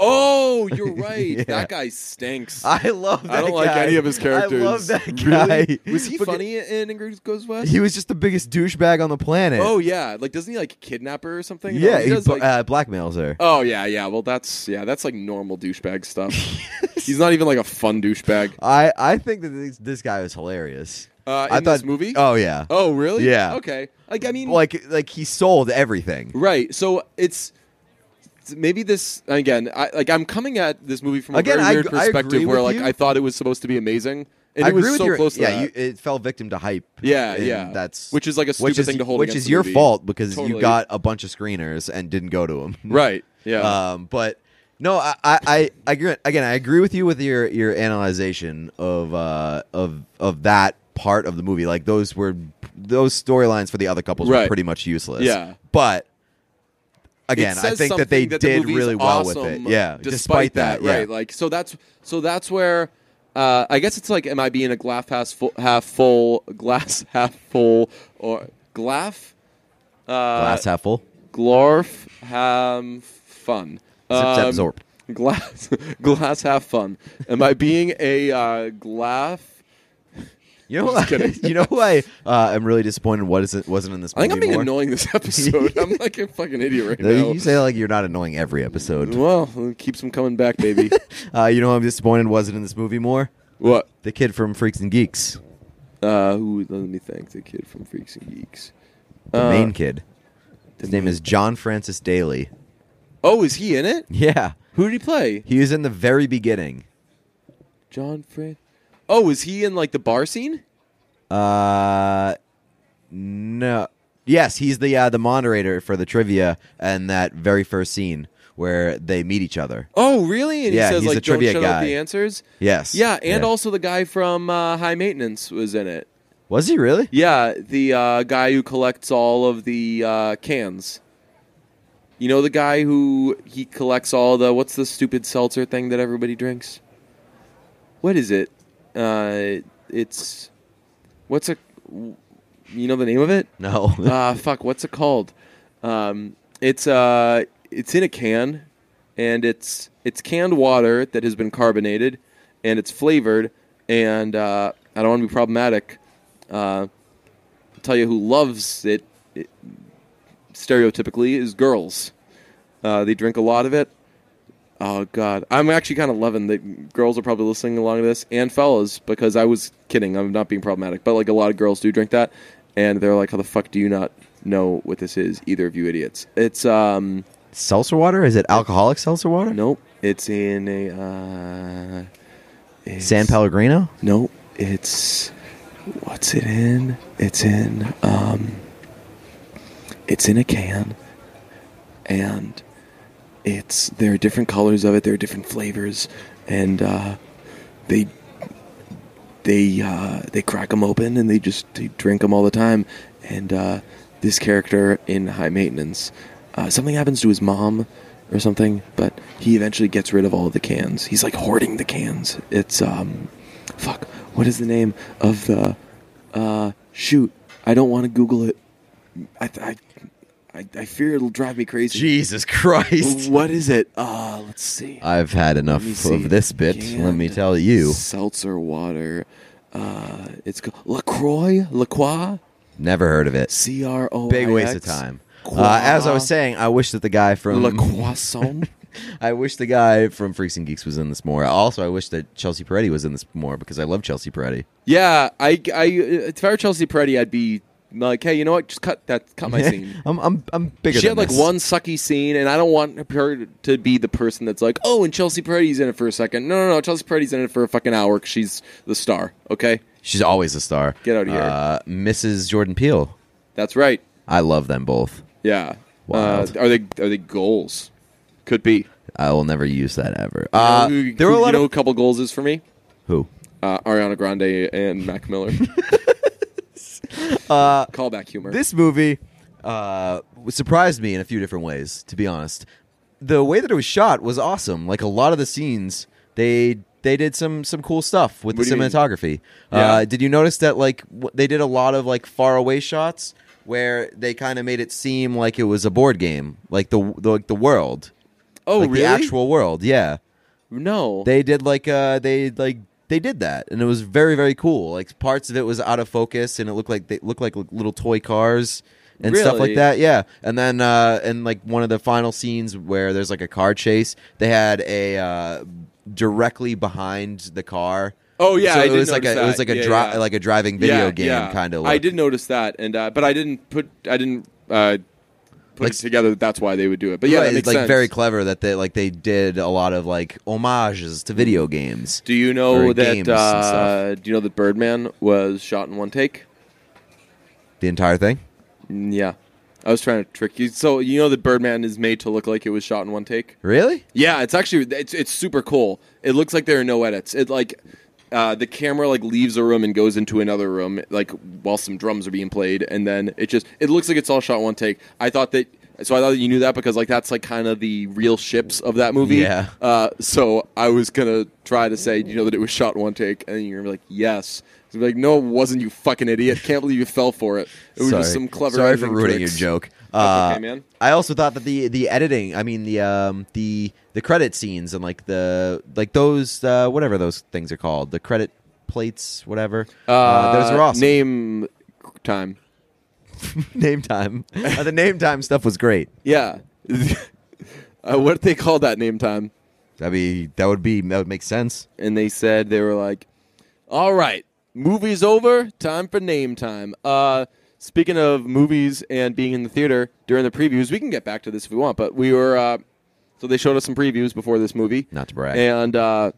Oh, you're right.
Yeah.
That guy stinks.
I love. That
I don't like
guy.
any of his characters.
I love that guy.
Really? Was he
Fucking-
funny in Ingrid Goes West?
He was just the biggest douchebag on the planet.
oh yeah, like doesn't he like kidnap her or something?
yeah,
he,
he,
does.
bu-
Like,
uh, blackmails her.
oh yeah, yeah. Well, that's yeah, that's like normal douchebag stuff. He's not even like a fun douchebag.
I I think that this, this guy was hilarious.
Uh,
Uh, I
in this
thought
movie?
Oh yeah,
Oh really?
Yeah.
Okay. Like I mean,
like like he sold everything.
right. So it's maybe this again. I, like I'm coming at this movie from a
Again,
very
I
weird
ag- I agree
perspective, where
with
like
you.
I thought it was supposed to be amazing, and
I
it was
agree with
so
your,
close to
yeah,
that.
You, it fell victim to hype.
Yeah,
and
yeah.
That's
Which is like a
which
stupid
is,
thing to hold
Which
against
is
the
your
movie.
fault because you
Totally.
got a bunch of screeners and didn't go to them.
right? Yeah.
Um, but no, I, I, I- I agree. Again, I agree with you with your your analyzation of uh of of that part of the movie. Like those were those storylines for the other couples were
Right.
pretty much useless.
Yeah.
but. Again,
It
I
says
think that
something
they
the
did
movie's
really well with it.
awesome
Yeah,
despite,
that,
that,
yeah.
right? Like, so that's so that's where uh, I guess it's like, am I being a glass half full, half full, glass half full, or glaff, uh,
Glass half full.
glorf, ham fun,
Zip, zap,
Um,
zorp.
glass, glass half fun. Am I being a uh, glaff?
You know,
Just
who I-
kidding.
you know who I uh, am really disappointed. What is it? Wasn't in this.
I think I'm
movie
being
more?
annoying this episode. I'm like a fucking idiot right
You-
now.
You say like you're not annoying every episode.
Well, it keeps them coming back, baby.
Uh, you know who I'm disappointed wasn't in this movie more?
what?
The kid from Freaks and Geeks,
Uh, who? Let me think. The kid from Freaks and Geeks.
the
Uh,
main kid. His name is John Francis Daly.
Oh, is he in it?
Yeah,
Who did he play?
he was in the very beginning.
John Fran. Oh, is he in like the bar scene?
Uh, no. Yes, he's the uh, the moderator for the trivia and that very first scene where they meet each other.
Oh, really? And
Yeah,
he says
he's a
like, "Don't
trivia
shut out
guy.
the answers."
Yes.
Yeah, and also the guy from uh, High Maintenance was in it.
was he really?
Yeah, the uh, guy who collects all of the uh, cans. You know the guy who he collects all the what's the stupid seltzer thing that everybody drinks? What is it? Uh, it's what's a you know the name of it?
No.
uh, fuck, what's it called? Um, it's uh, it's in a can, and it's it's canned water that has been carbonated, and it's flavored. And uh, I don't want to be problematic. Uh, I'll tell you who loves it, it stereotypically is girls. Uh, they drink a lot of it. Oh God, I'm actually kind of loving that. Girls are probably listening along to this, and fellas, because I was kidding. I'm not being problematic, but like a lot of girls do drink that, and they're like, "How the fuck do you not know what this is? Either of you idiots." It's um,
seltzer water? Is it alcoholic seltzer water?
nope. It's in a uh, it's-
San Pellegrino.
Nope. It's what's it in? It's in um it's in a can and it's there are different colors of it, there are different flavors and uh they they uh they crack them open and they just they drink them all the time and uh this character in high maintenance uh something happens to his mom or something but he eventually gets rid of all the cans he's like hoarding the cans it's um fuck what is the name of the uh shoot i don't want to google it i i i, I fear it'll drive me crazy
Jesus Christ.
what is it uh let's see
I've had enough
Let me see.
of this bit. Let me
Canned
tell you.
Seltzer water. Uh, it's called LaCroix, LaCroix,
Never heard of it.
C R O.
Big waste of time. Uh, as I was saying, I wish that the guy from
La Croissant.
I wish the guy from Freaks and Geeks was in this more. Also, I wish that Chelsea Peretti was in this more because I love Chelsea Peretti.
yeah, I, I, if I were Chelsea Peretti, I'd be like, hey, you know what? Just cut that, cut my scene.
I'm I'm I'm bigger.
She had
than
like
this.
one sucky scene, and I don't want her to be the person that's like, "Oh, and Chelsea Peretti's in it for a second. No, no, no, Chelsea Peretti's in it for a fucking hour 'cause she's the star. Okay,
She's always a star.
Get out of here.
Uh, Mrs. Jordan Peele.
that's right.
I love them both.
Yeah, uh,
Wild.
are they are they goals? Could be.
I will never use that ever. Uh,
You know who-
there were a
you
lot
know who
of
a couple goals is for me.
who.
Uh, Ariana Grande and Mac Miller. Callback humor.
Uh, This movie uh, surprised me in a few different ways, to be honest. The way that it was shot was awesome. Like a lot of the scenes, they they did some some cool stuff with
What
the
do you mean?
cinematography.
Yeah.
Uh, did you notice that like w- they did a lot of like far away shots where they kind of made it seem like it was a board game, like the, the like the world,
oh,
like
really?
the actual world. Yeah
no.
they did like uh they like they did that and it was very very cool like parts of it was out of focus and it looked like they looked like little toy cars and stuff
Really?
like that yeah and then uh and like one of the final scenes where there's like a car chase they had a uh directly behind the car
Oh, yeah,
so
I
it
did
was like
notice
a it
that.
was like a
Yeah,
dri-
yeah.
like a driving video
Yeah,
game
yeah.
kind of
I did notice that, and uh, but I didn't put. I didn't uh, put
Like-
it together that that's why they would do it. But yeah,
Right,
that
it's
makes
like
sense.
very clever that they like they did a lot of like homages to video games.
do you
or
know
games
that?
and
Uh, do you know that Birdman was shot in one take?
The entire thing.
Mm, Yeah, I was trying to trick you. So you know that Birdman is made to look like it was shot in one take.
Really?
Yeah, it's actually it's it's super cool. It looks like there are no edits. It like uh, the camera like leaves a room and goes into another room like while some drums are being played, and then it just it looks like it's all shot one take. I thought that. So I thought that you knew that because like that's like kind of the real ships of that movie.
Yeah.
Uh, so I was gonna try to say you know that it was shot one take, and you're gonna be like, yes. I'd be like, no, it wasn't. You fucking idiot! Can't believe you fell for it. It was just some clever.
Sorry for
editing
ruining
tricks.
your joke. Uh,
That's okay, man.
I also thought that the the editing, I mean the um the the credit scenes and like the like those uh, whatever those things are called, the credit plates, whatever. Uh, those are awesome.
Name time.
Name time. Uh, the name time stuff was great.
Yeah. uh, what did they call that name time?
That be that would be that would make sense.
And they said they were like, "All right, movie's over. Time for name time." Uh, speaking of movies and being in the theater during the previews, we can get back to this if we want. But we were uh, so they showed us some previews before this movie.
Not to brag.
And uh,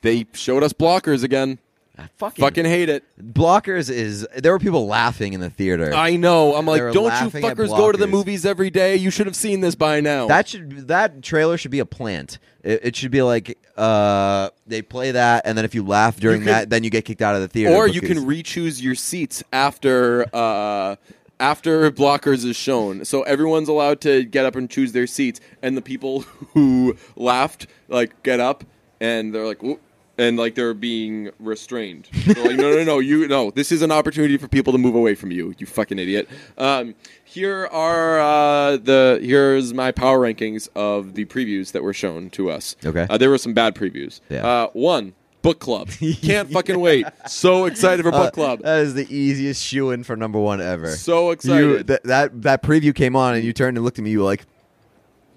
they showed us blockers again.
I fucking,
Fucking hate it.
Ah, blockers is there were people laughing in the theater.
I know. I'm like,
were
don't you
laughing at
fuckers go to the
Blockers."
movies every day? You should have seen this by now.
That should that trailer should be a plant. It, it should be like uh, they play that, and then if you laugh during
can-
that, then you get kicked out of the theater.
or you
because-
can re-choose your seats after uh, after blockers is shown so everyone's allowed to get up and choose their seats and the people who laughed like get up and they're like "Whoop," and like they're being restrained They're like no no no you no this is an opportunity for people to move away from you you fucking idiot um, here are uh, the here's my power rankings of the previews that were shown to us
Okay.
uh, there were some bad previews
Yeah.
uh, one book club can't fucking wait. So excited for
Uh,
book club.
That is the easiest shoe in for number one ever.
So
You,
excited.
that that that preview came on, and you turned and looked at me. You were like,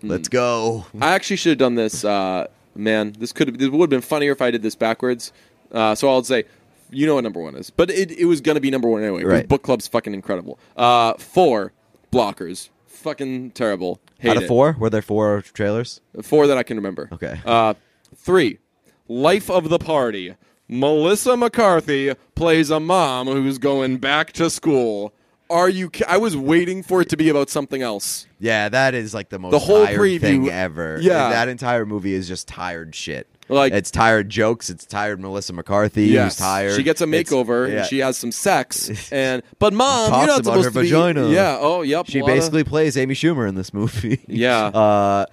Hmm.
"Let's go."
I actually should have done this. Uh, man, this could this would have been funnier if I did this backwards. Uh, so I'll say, you know what number one is, but it, it was gonna be number one anyway. 'cause
Right.
Book club's fucking incredible. Uh, four blockers, fucking terrible. Hate
Out of
it. Uh,
four, were there four trailers?
four that I can remember.
Okay.
Uh, three, life of the party. Melissa McCarthy plays a mom who's going back to school. Are you? ki- I was waiting for it to be about something else.
Yeah, that is like the most
The whole
tired
preview-
thing ever.
Yeah.
that entire movie is just tired shit.
Like-
it's tired jokes. It's tired Melissa McCarthy. who's tired.
She gets a
It's-
makeover
yeah.
and she has some sex. And but mom,
Talks
you're not
about
supposed
her
to be-
vagina.
Yeah. Oh, yep.
She
lotta-
basically plays Amy Schumer in this movie.
Yeah.
Uh,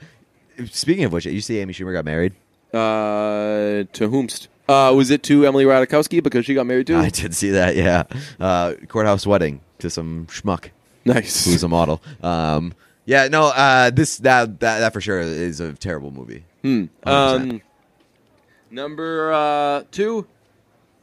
speaking of which, you see Amy Schumer got married.
uh, to whomst? Uh, was it to Emily Ratajkowski because she got married too?
I did see that. Yeah. Uh, courthouse wedding to some schmuck
nice.
who's a model. Um, yeah. No. Uh, this that, that that for sure is a terrible movie.
Hmm.
100%.
Um, number uh, two.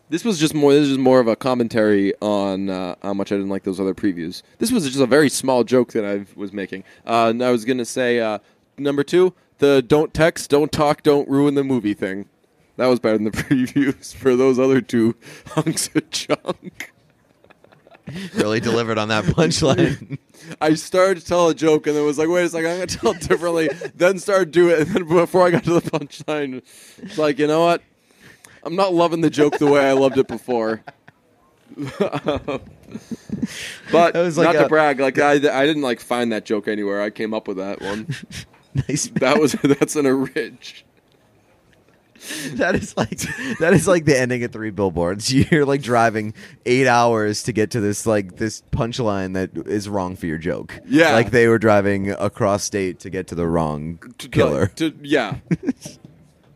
This was just more. This is more of a commentary on uh, how much I didn't like those other previews. This was just a very small joke that I was making. Uh, and I was gonna say uh, number two, the "don't text, don't talk, don't ruin the movie" thing. That was better than the previews for those other two hunks of junk.
Really delivered on that punchline.
I started to tell a joke and then was like, wait a second, I'm going to tell it differently. then started doing it. And then before I got to the punchline, it's like, you know what? I'm not loving the joke the way I loved it before. but
That was like
not
a-
to brag, like I, I didn't like find that joke anywhere. I came up with that one.
nice.
That was that's an orig.
That is like that is like the ending of Three Billboards. You're like driving eight hours to get to this like this punchline that is wrong for your joke.
Yeah.
like they were driving across state to get to the wrong killer.
To, yeah.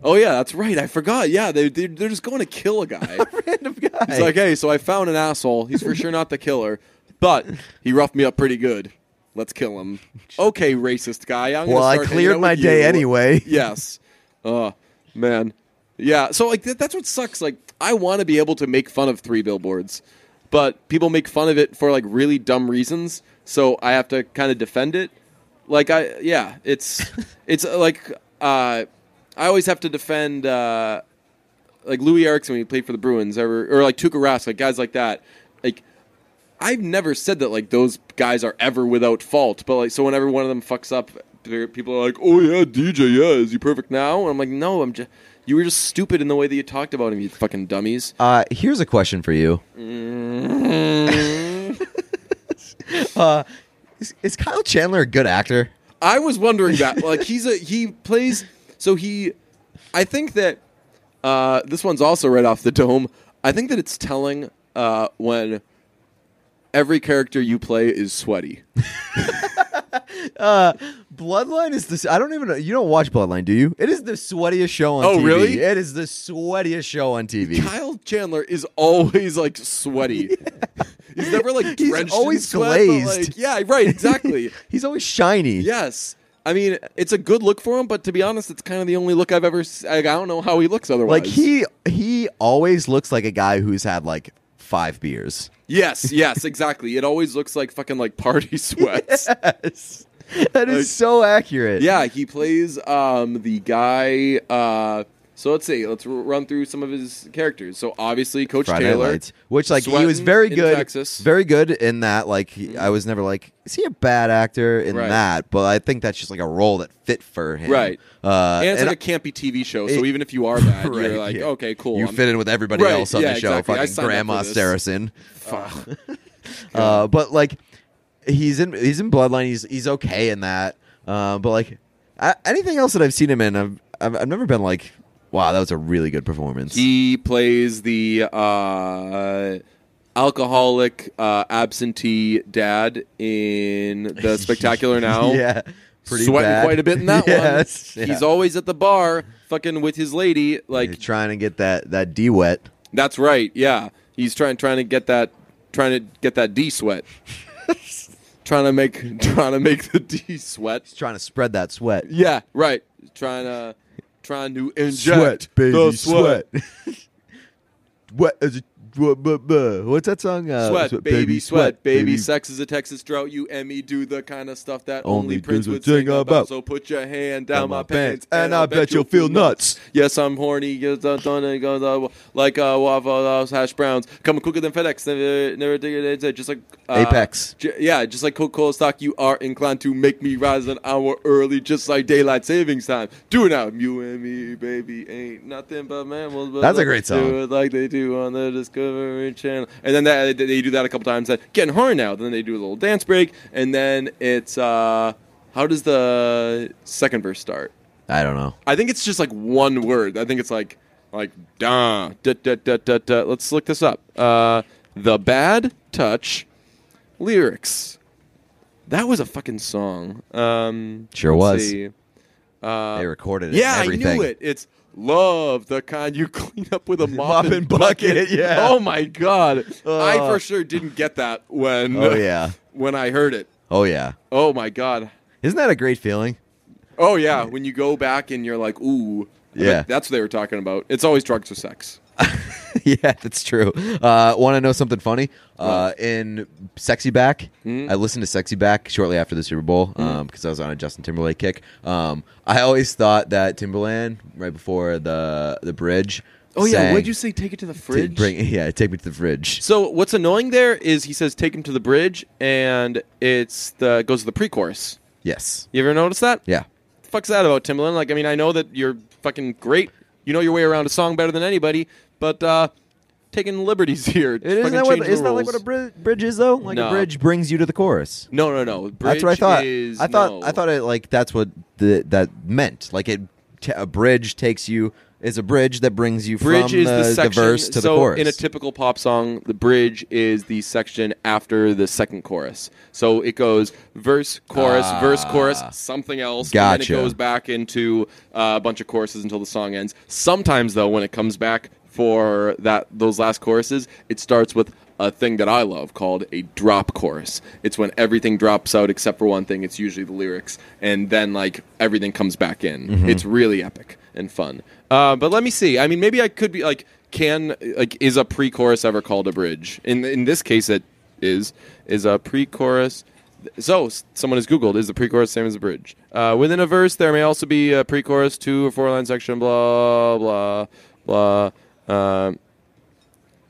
oh yeah, that's right. I forgot. Yeah, they they- they're just going to kill a guy.
random guy.
It's like, hey, so I found an asshole. He's for sure not the killer, but he roughed me up pretty good. Let's kill him. Okay, racist guy. I'm gonna
well, I
start hanging out
cleared my
with
day
you.
anyway.
Yes. Oh man. Yeah. So like that, that's what sucks. Like I want to be able to make fun of three billboards, but people make fun of it for like really dumb reasons. So I have to kind of defend it. Like I yeah, it's it's uh, like uh, I always have to defend. Uh, like Louis Erickson when he played for the Bruins, or, or like Tuukka Rask, like guys like that. Like I've never said that like those guys are ever without fault, but like so whenever one of them fucks up, there- people are like, "Oh yeah, DJ, yeah, is he perfect now?" And I'm like, "No, I'm just you were just stupid in the way that you talked about him, you fucking dummies."
Uh, here's a question for you. uh, is, is Kyle Chandler a good actor?
I was wondering that. Like he's a he plays so he I think that uh this one's also right off the dome. I think that it's telling uh when every character you play is sweaty.
Bloodline is the. I don't even know. You don't watch Bloodline, do you? It is the sweatiest show on
Oh,
TV.
really?
It is the sweatiest show on TV.
Kyle Chandler is always like sweaty. He's never like
He's
drenched in
always
sweat, but,
glazed.
like- yeah, right, exactly.
He's always shiny.
yes. I mean, it's a good look for him, but to be honest, it's kind of the only look I've ever. s- Like, I don't know how he looks otherwise.
Like he he always looks like a guy who's had like five beers.
Yes, yes, exactly. It always looks like fucking like party sweats.
Yes. That is
Like-
so accurate.
Yeah, he plays um the guy. uh So let's see. Let's r- run through some of his characters. So obviously, Coach
Friday Night
Taylor.
Lights, which like he
Sweatin'
was very
in
good,
Texas. Mm-hmm.
very good in that. Like he, I was never like, is he a bad actor in
Right.
that? But I think that's just like a role that fit for him,
Right.
Uh,
and it's
and
like a campy TV show, so
it-
even if you are that,
Right,
you're like,
yeah.
okay, cool.
you
I'm-
fit in with everybody
Right,
else on
yeah,
the show.
exactly. I signed
Fucking
up
Grandma
for this.
Saracen.
Fuck.
Uh, but like he's in he's in Bloodline. He's he's okay in that. Uh, but like I, anything else that I've seen him in, I've, I've I've never been like, wow, that was a really good performance.
He plays the uh, alcoholic uh, absentee dad in the Spectacular Now.
yeah, pretty
sweating
bad.
quite a bit in that
yes,
one.
yeah.
He's always at the bar, fucking with his lady. Like
You're trying to get that that D wet.
that's right. Yeah, he's trying trying to get that trying to get that D sweat. trying to make trying to make the D sweat.
He's trying to spread that sweat.
Yeah, right. Trying to trying to inject the sweat.
what is it? What, what, what- what's that song? Uh,
sweat, baby, sweat, baby, Sex is a Texas drought. You and me do the kind of stuff that only,
Only
Prince
dudes
would
would sing
sing about.
about.
So put your hand down
Down
my
my
pants,
pants, and I bet you'll feel nuts.
Yes, I'm horny. yes, I'm done, and goes, uh, Like uh, waffle house hash browns, coming quicker than FedEx. Never, never dig it. it's, uh, Just like uh,
Apex.
j- yeah, just like Coca-Cola stock, you are inclined to make me rise an hour early, just like daylight savings time. Do it now, you and me, baby, ain't nothing but mammals. But
That's a
let's
great song.
Do it like they do on the Discovery Channel, and then that, they do that a couple times. That getting horny now. Then they do a little dance break, and then it's uh, how does the second verse start?
I don't know.
I think it's just like one word. I think it's like like da da da da da. da. Let's look this up. Uh, the bad touch lyrics. That was a fucking song. Um,
Sure
let's
was.
see. Uh,
They recorded it.
yeah,
and everything.
I knew it. It's love the kind you clean up with a mop,
Mop
and
and bucket, yeah.
Oh my god. I
Uh.
for sure didn't get that when.
Oh yeah.
When I heard it.
Oh yeah.
Oh my god.
Isn't that a great feeling?
Oh yeah, when you go back and you're like, ooh, I bet
Yeah.
that's what they were talking about. It's always drugs or sex.
yeah, that's true. Uh, Want to know something funny? Uh, in Sexy Back,
Hmm?
I listened to Sexy Back shortly after the Super Bowl because I was on a Justin Timberlake kick. Um, I always thought that Timberland right before the the bridge.
Oh,
sang
say? Take it to the
to Bring, yeah, take me to the fridge.
so what's annoying there is he says take him to the bridge, and it's the it goes to the pre-chorus.
Yes.
You ever notice that?
Yeah.
The fuck's that about Timbaland? Like, I mean, I know that you're fucking great. You know your way around a song better than anybody, but uh taking liberties here.
Isn't
Fucking
that, what,
change the
isn't that like
rules.
what a bri- bridge is though? Like
No.
a bridge brings you to the chorus.
No, no, no.
that's what I
Bridge
thought.
is-
I thought
no.
I thought it like that's what the, that meant. Like it, t- a bridge takes you is a bridge that brings you
bridge
from
is the,
the, the
section
verse to
so
the chorus.
in a typical pop song the bridge is the section after the second chorus so it goes verse chorus
Ah.
verse chorus something else and
Gotcha.
then it goes back into uh, a bunch of choruses until the song ends sometimes though when it comes back for that those last choruses it starts with a thing that I love called a drop chorus. It's when everything drops out except for one thing. It's usually the lyrics, and then like everything comes back in. It's really epic and fun. Uh, but let me see. I mean, maybe I could be like, can like is a pre-chorus ever called a bridge? In in this case, it is is a pre-chorus. So s- someone has googled is the pre-chorus same as the bridge? Uh, within a verse, there may also be a pre-chorus, two or four-line section, blah blah blah. Um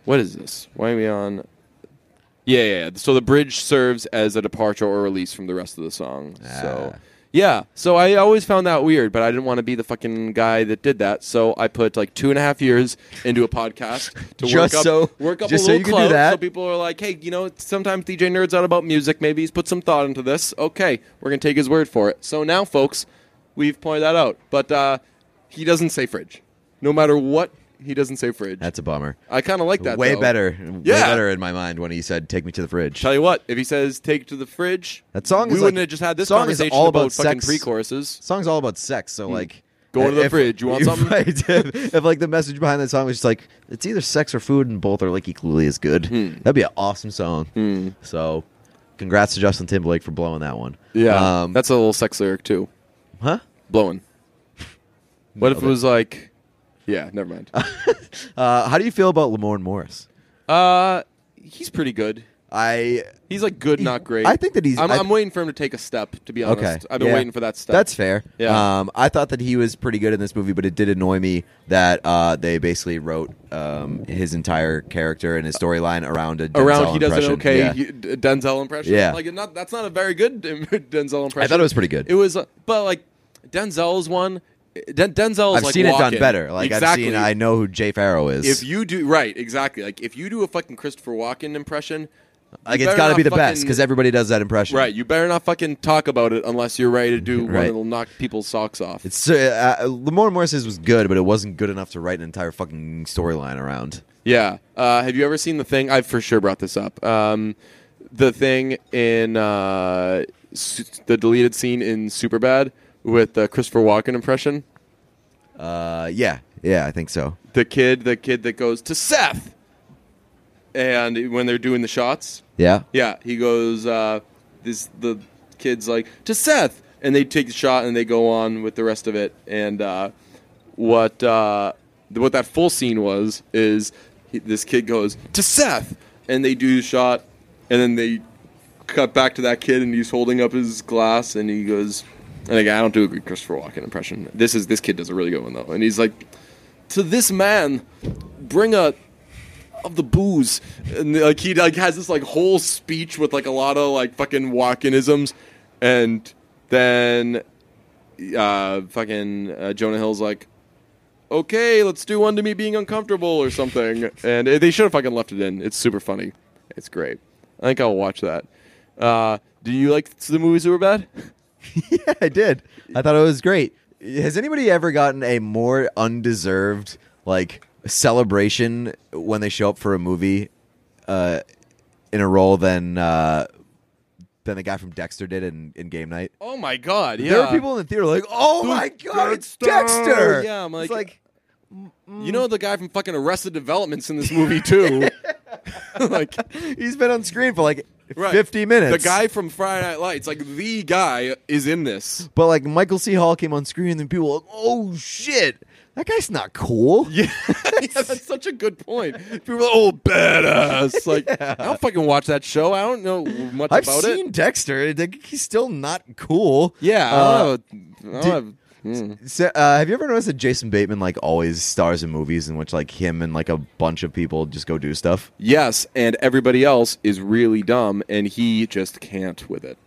what is this? Why are we on? Yeah, yeah, yeah. So the bridge serves as a departure or release from the rest of the song. So
Ah.
yeah. So I always found that weird, but I didn't want to be the fucking guy that did that. So I put like two and a half years into a podcast to
Just
work up,
so-
work up
just
a
so
little
you could do
clout.
that?
So people are like, hey, you know, sometimes DJ nerds out about music. Maybe he's put some thought into this. Okay, we're gonna take his word for it. So now, folks, we've pointed that out. But uh, he doesn't say fridge, no matter what. He doesn't say fridge.
That's a bummer.
I kind of like that.
way
though.
better, way
Yeah.
better in my mind when he said, "Take me to the fridge."
Tell you what, if he says take to the fridge,
That song
we
is
wouldn't
like-
have just had this
song is
conversation
all
about,
about
fucking
sex.
pre-choruses.
song's all about sex, so like.
Hmm. Go to the
if-
fridge. You want something?
right, if, if, like the message behind that song was just like it's either sex or food, and both are like equally as good.
Hmm.
That'd be an awesome song. So, congrats to Justin Timberlake for blowing that one. um,
that's a little sex lyric too.
huh?
Blowing. What if
Nailed
it
it.
was like? Yeah, never mind.
Uh, how do you feel about Lamorne Morris?
uh, he's pretty good.
I
He's like good, not great.
I think that he's-
I'm,
I-
I'm waiting for him to take a step. To be honest,
okay.
I've been
yeah.
waiting for that step.
That's fair.
Yeah.
Um, I thought that he was pretty good in this movie, but it did annoy me that uh, they basically wrote um, his entire character and his storyline around a Denzel
around. He does an
impression.
okay
Yeah.
he- D- Denzel impression.
Yeah.
like not that's not a very good Denzel impression.
I thought it was pretty good.
It was, uh, but like Denzel's one. Den- Denzel's
I've
like
seen it done
walking.
better. Like
exactly.
I've seen, I know who Jay Farrow is.
If you do right, exactly. Like if you do a fucking Christopher Walken impression, you
like it's
better
got to
not
be the
fucking-
best because everybody does that impression.
right. You better not fucking talk about it unless you're ready to do one
Right.
that'll knock people's socks off.
It's uh, uh, Lamorne Morris's was good, but it wasn't good enough to write an entire fucking storyline around.
yeah. Uh, have you ever seen the thing? I've for sure brought this up. Um, the thing in uh, su- the deleted scene in Superbad with the Christopher Walken impression.
Uh, yeah, yeah, I think so.
The kid, the kid that goes to Seth, and when they're doing the shots,
Yeah,
Yeah, he goes. Uh, this the kids like to Seth, and they take the shot and they go on with the rest of it. And uh, what uh, th- what that full scene was is he, this kid goes to Seth, and they do the shot, and then they cut back to that kid, and he's holding up his glass, and he goes. And again, I don't do a good Christopher Walken impression. This is this kid does a really good one though, and he's like, "To this man, bring a of the booze and like he like has this like whole speech with like a lot of like fucking walkinisms and then uh fucking uh, jonah hill's like okay let's do one to me being uncomfortable or something and it- they should have fucking left it in it's super funny it's great i think i'll watch that uh do you like the movies that were bad
yeah, I did. I thought it was great. Has anybody ever gotten a more undeserved like celebration when they show up for a movie uh, in a role than uh, than the guy from Dexter did in, in Game Night?
oh my god yeah
There were people in the theater like, "Oh
Dude,
my god, it's
Dexter!"
Dexter!"
Yeah, I'm
It's
like- you know the guy from fucking arrested developments in this movie too like
he's been on screen for like
Right.
50 minutes.
The guy from Friday Night Lights, like the guy, is in this.
but like Michael C. Hall came on screen, and then people were like, "Oh shit, that guy's not cool."
Yeah, that's such a good point. People, are like, oh, badass! Like, I don't fucking watch that show. I don't know much
I've
about
seen
it.
Dexter. I think He's still not cool.
Yeah,
Uh,
I don't have- I don't
did-
have- mm.
so, uh, have you ever noticed that Jason Bateman like always stars in movies in which like him and like a bunch of people just go do stuff?
yes, and everybody else is really dumb, and he just can't with it.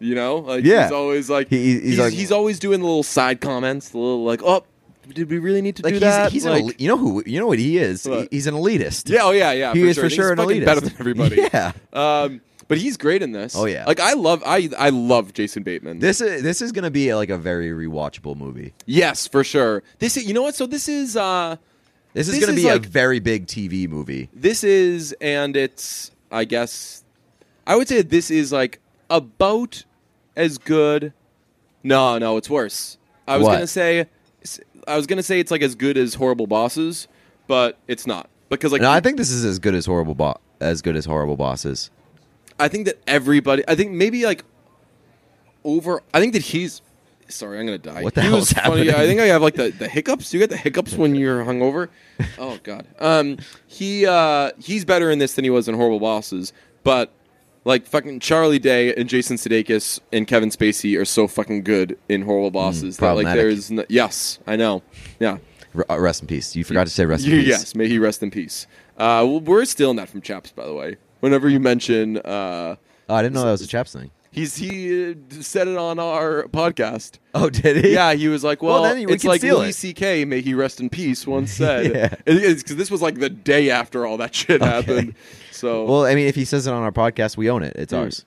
You know, like
Yeah.
he's always like
He- he's like-
he's always doing the little side comments, the little like, oh, did we really need to
Like
do
he's,
that?
he's
Like-
an el- you know who you know what he is.
What?
He's an elitist.
Yeah, oh yeah, yeah.
He is for
I think
sure
he's
an
fucking
elitist.
Better than everybody.
Yeah.
Um, but he's great in this.
Oh, yeah.
Like I love I I love Jason Bateman.
This is this is gonna be like a very rewatchable movie.
yes, for sure. This is you know what? So this is uh
This is
This
gonna
is
be
like-
a very big TV movie.
this is and it's I guess I would say that this is like about as good. No, no, it's worse. I was
What?
gonna say I was gonna say it's like as good as horrible bosses, but it's not. Because like
No, I think this is as good as horrible bo- as good as horrible bosses.
I think that everybody. I think maybe like over. I think that he's. Sorry, I'm gonna die.
What the
He
hell
was
is
funny.
happening?
I think I have like the, the hiccups. You get the hiccups when you're hungover. Oh god. Um, he uh he's better in this than he was in Horrible Bosses, but like fucking Charlie Day and Jason Sudeikis and Kevin Spacey are so fucking good in Horrible Bosses that like
Mm, problematic.
there's no, yes, I know, yeah.
R- uh, rest in peace. You forgot to say rest in
Y-
peace.
Yes, may he rest in peace. Uh, well, we're stealing that from Chaps, by the way. whenever you mention uh,
Oh, I didn't know that was a chaps thing.
he's he uh, said it on our podcast.
Oh, did he?
Yeah, he was like,
Well,
"Well,
then we
it's
can
like
steal
Louis
it.
C.K. May he rest in peace." Once said,
Yeah.
because this was like the day after all that shit
Okay.
happened. So
Well, I mean, if he says it on our podcast, we own it. It's
Mm.
ours.